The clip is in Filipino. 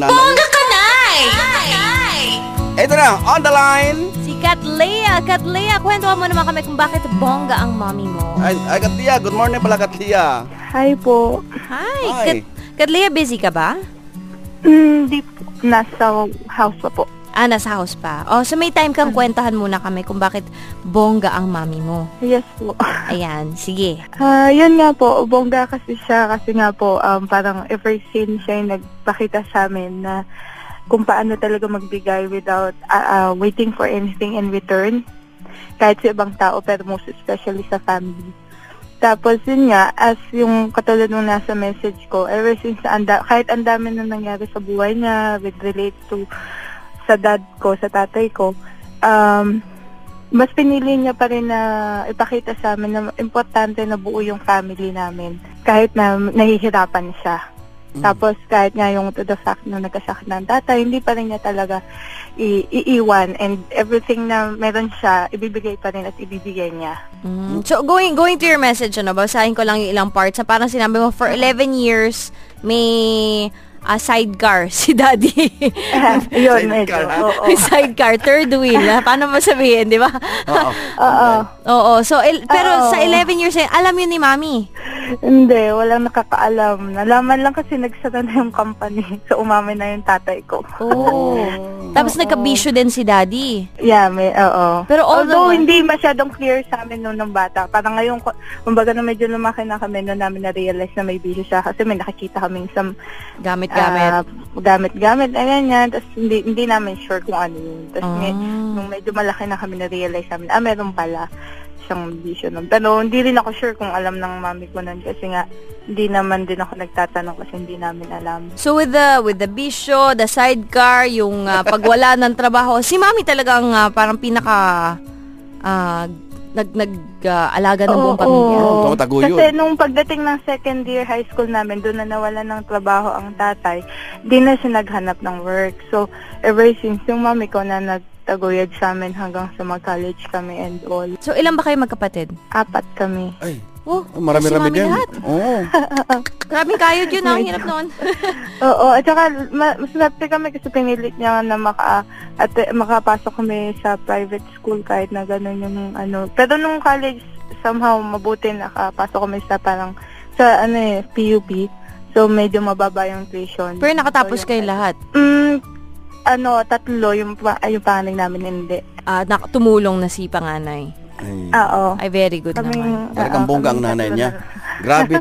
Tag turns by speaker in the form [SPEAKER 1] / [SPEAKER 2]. [SPEAKER 1] Nanay.
[SPEAKER 2] Bongga ka, Nay!
[SPEAKER 1] Ito na, on the line.
[SPEAKER 2] Si Katlea, Katlea, kwento mo naman kami kung bakit bongga ang mommy mo.
[SPEAKER 1] Ay, ay Katlia, good morning pala Katlia.
[SPEAKER 3] Hi po.
[SPEAKER 1] Hi.
[SPEAKER 2] Hi! Kat Katlea, busy ka ba?
[SPEAKER 3] Hindi po. Nasa house pa po.
[SPEAKER 2] Ah, nasa house pa. O, so may time kang kwentahan muna kami kung bakit bongga ang mommy mo.
[SPEAKER 3] Yes po.
[SPEAKER 2] Ayan, sige.
[SPEAKER 3] Ah, yun nga po, bongga kasi siya kasi nga po um, parang ever since siya yung nagpakita sa amin na kung paano talaga magbigay without ah, ah, waiting for anything in return. Kahit sa ibang tao pero most especially sa family. Tapos yun nga, as yung katulad nung nasa message ko, ever since na anda, kahit ang dami na nangyari sa buhay niya with relate to sa dad ko, sa tatay ko, um, mas pinili niya pa rin na ipakita sa amin na importante na buo yung family namin. Kahit na nahihirapan siya. Tapos kahit nga yung to the fact na nagkasakit ng tatay, hindi pa rin niya talaga i- iiwan. And everything na meron siya, ibibigay pa rin at ibibigay niya.
[SPEAKER 2] Mm, So, going going to your message, ano, basahin ko lang yung ilang parts na parang sinabi mo, for 11 years, may ah, sidecar si daddy.
[SPEAKER 3] Yun,
[SPEAKER 1] Sidecar,
[SPEAKER 3] medyo.
[SPEAKER 1] ha?
[SPEAKER 3] Oo.
[SPEAKER 2] may sidecar, third wheel. ah. Paano mo sabihin, di ba?
[SPEAKER 1] Oo.
[SPEAKER 3] Oo.
[SPEAKER 2] Oo, so el- pero
[SPEAKER 3] Oo.
[SPEAKER 2] sa 11 years, eh, alam yun ni Mami.
[SPEAKER 3] Hindi, walang nakakaalam. Nalaman lang kasi nagsara na yung company. So, umamin na yung tatay ko.
[SPEAKER 2] Oo. Oh. Tapos nagka-bisyo din si Daddy.
[SPEAKER 3] Yeah, may, oo.
[SPEAKER 2] Pero although,
[SPEAKER 3] Although, hindi masyadong clear sa amin noon ng bata. Parang ngayon, ko- kumbaga na medyo lumaki na kami noon namin na-realize na may bisyo siya kasi may nakikita kami sa ah,
[SPEAKER 2] gamit-gamit.
[SPEAKER 3] gamit-gamit, ayan yan. Tapos hindi, hindi namin sure kung ano yun. Tapos
[SPEAKER 2] Ah.
[SPEAKER 3] may- nung medyo malaki na kami na-realize namin, ah, meron pala siyang bisyo nun. Pero hindi rin ako sure kung alam ng mami ko nun kasi nga, hindi naman din ako nagtatanong kasi hindi namin alam.
[SPEAKER 2] so with the with the bisyo, the sidecar, yung ah, pagwala ng trabaho, si Mami talagang ah, parang pinaka ah, nag nag ah, alaga ng buong pamilya.
[SPEAKER 3] Oo.
[SPEAKER 1] Tama, tago yun.
[SPEAKER 3] Kasi nung pagdating ng second year high school namin, doon na nawala ng trabaho ang tatay, di na siya naghanap ng work. So, ever since yung mami ko na nagtaguyod sa amin hanggang sa mag-college kami and all.
[SPEAKER 2] So ilan ba kayo magkapatid?
[SPEAKER 3] Apat kami.
[SPEAKER 1] Ay,
[SPEAKER 2] Oh,
[SPEAKER 1] marami-rami
[SPEAKER 2] si Mami
[SPEAKER 1] din.
[SPEAKER 2] lahat.
[SPEAKER 1] Oo.
[SPEAKER 2] Maraming kayod yun, ah. ang hirap noon.
[SPEAKER 3] Oo, at saka ma- mas swerte kami kasi pinilit niya na maka, at, makapasok kami sa private school kahit na ganun yung ano. Pero nung college, somehow mabuti nakapasok kami sa parang sa ano eh, PUP. So medyo mababa yung tuition.
[SPEAKER 2] Pero nakatapos
[SPEAKER 3] So,
[SPEAKER 2] kayo
[SPEAKER 3] yung-
[SPEAKER 2] lahat.
[SPEAKER 3] Mm, ano, tatlo yung, pa- ay, yung pangalan namin hindi. Ah,
[SPEAKER 2] Ah, nak- tumulong na si panganay.
[SPEAKER 1] Ay,
[SPEAKER 3] Oo.
[SPEAKER 2] Ay, very good naman.
[SPEAKER 3] Kaming,
[SPEAKER 1] Talagang
[SPEAKER 3] oo,
[SPEAKER 1] bongga ang
[SPEAKER 3] kaming
[SPEAKER 1] nanay
[SPEAKER 3] tatlo
[SPEAKER 1] niya.
[SPEAKER 3] na-
[SPEAKER 1] Grabe